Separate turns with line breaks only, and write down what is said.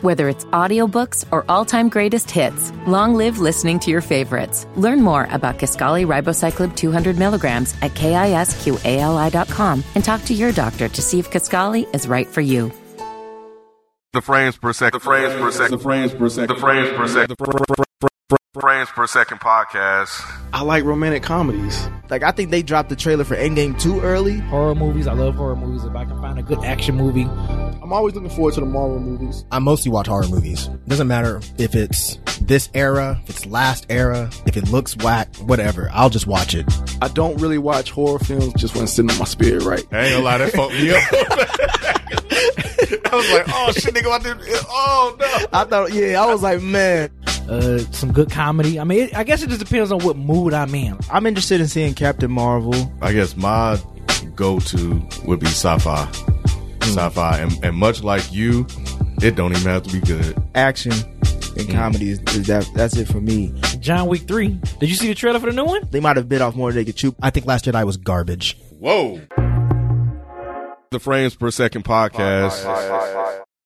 Whether it's audiobooks or all-time greatest hits, long live listening to your favorites. Learn more about Kaskali Ribocyclib 200 milligrams at kisqali.com and talk to your doctor to see if Kaskali is right for you.
The frames per second. The frames per second. The frames per second. The frames per second. The frames per second podcast.
I like romantic comedies. Like I think they dropped the trailer for Endgame too early.
horror movies. I love horror movies. If I can find a good action movie,
I'm always looking forward to the Marvel movies.
I mostly watch horror movies. doesn't matter if it's this era, if it's last era, if it looks whack, whatever. I'll just watch it.
I don't really watch horror films just when it's sitting in my spirit, right?
I ain't gonna lie, that fucked me up. I was like, oh shit, nigga, about this. Oh no.
I thought, yeah, I was like, man,
uh, some good comedy. I mean, it, I guess it just depends on what mood I'm in.
I'm interested in seeing Captain Marvel. uh,
I guess my go to would be sci fi.
Hmm.
Sci fi. And, and much like you, it don't even have to be good.
Action
Mm.
and comedy is, is that that's it for me.
John Wick Three. Did you see the trailer for the new one?
They might have bit off more than they could chew.
I think Last Jedi was garbage.
Whoa. The frames per second podcast.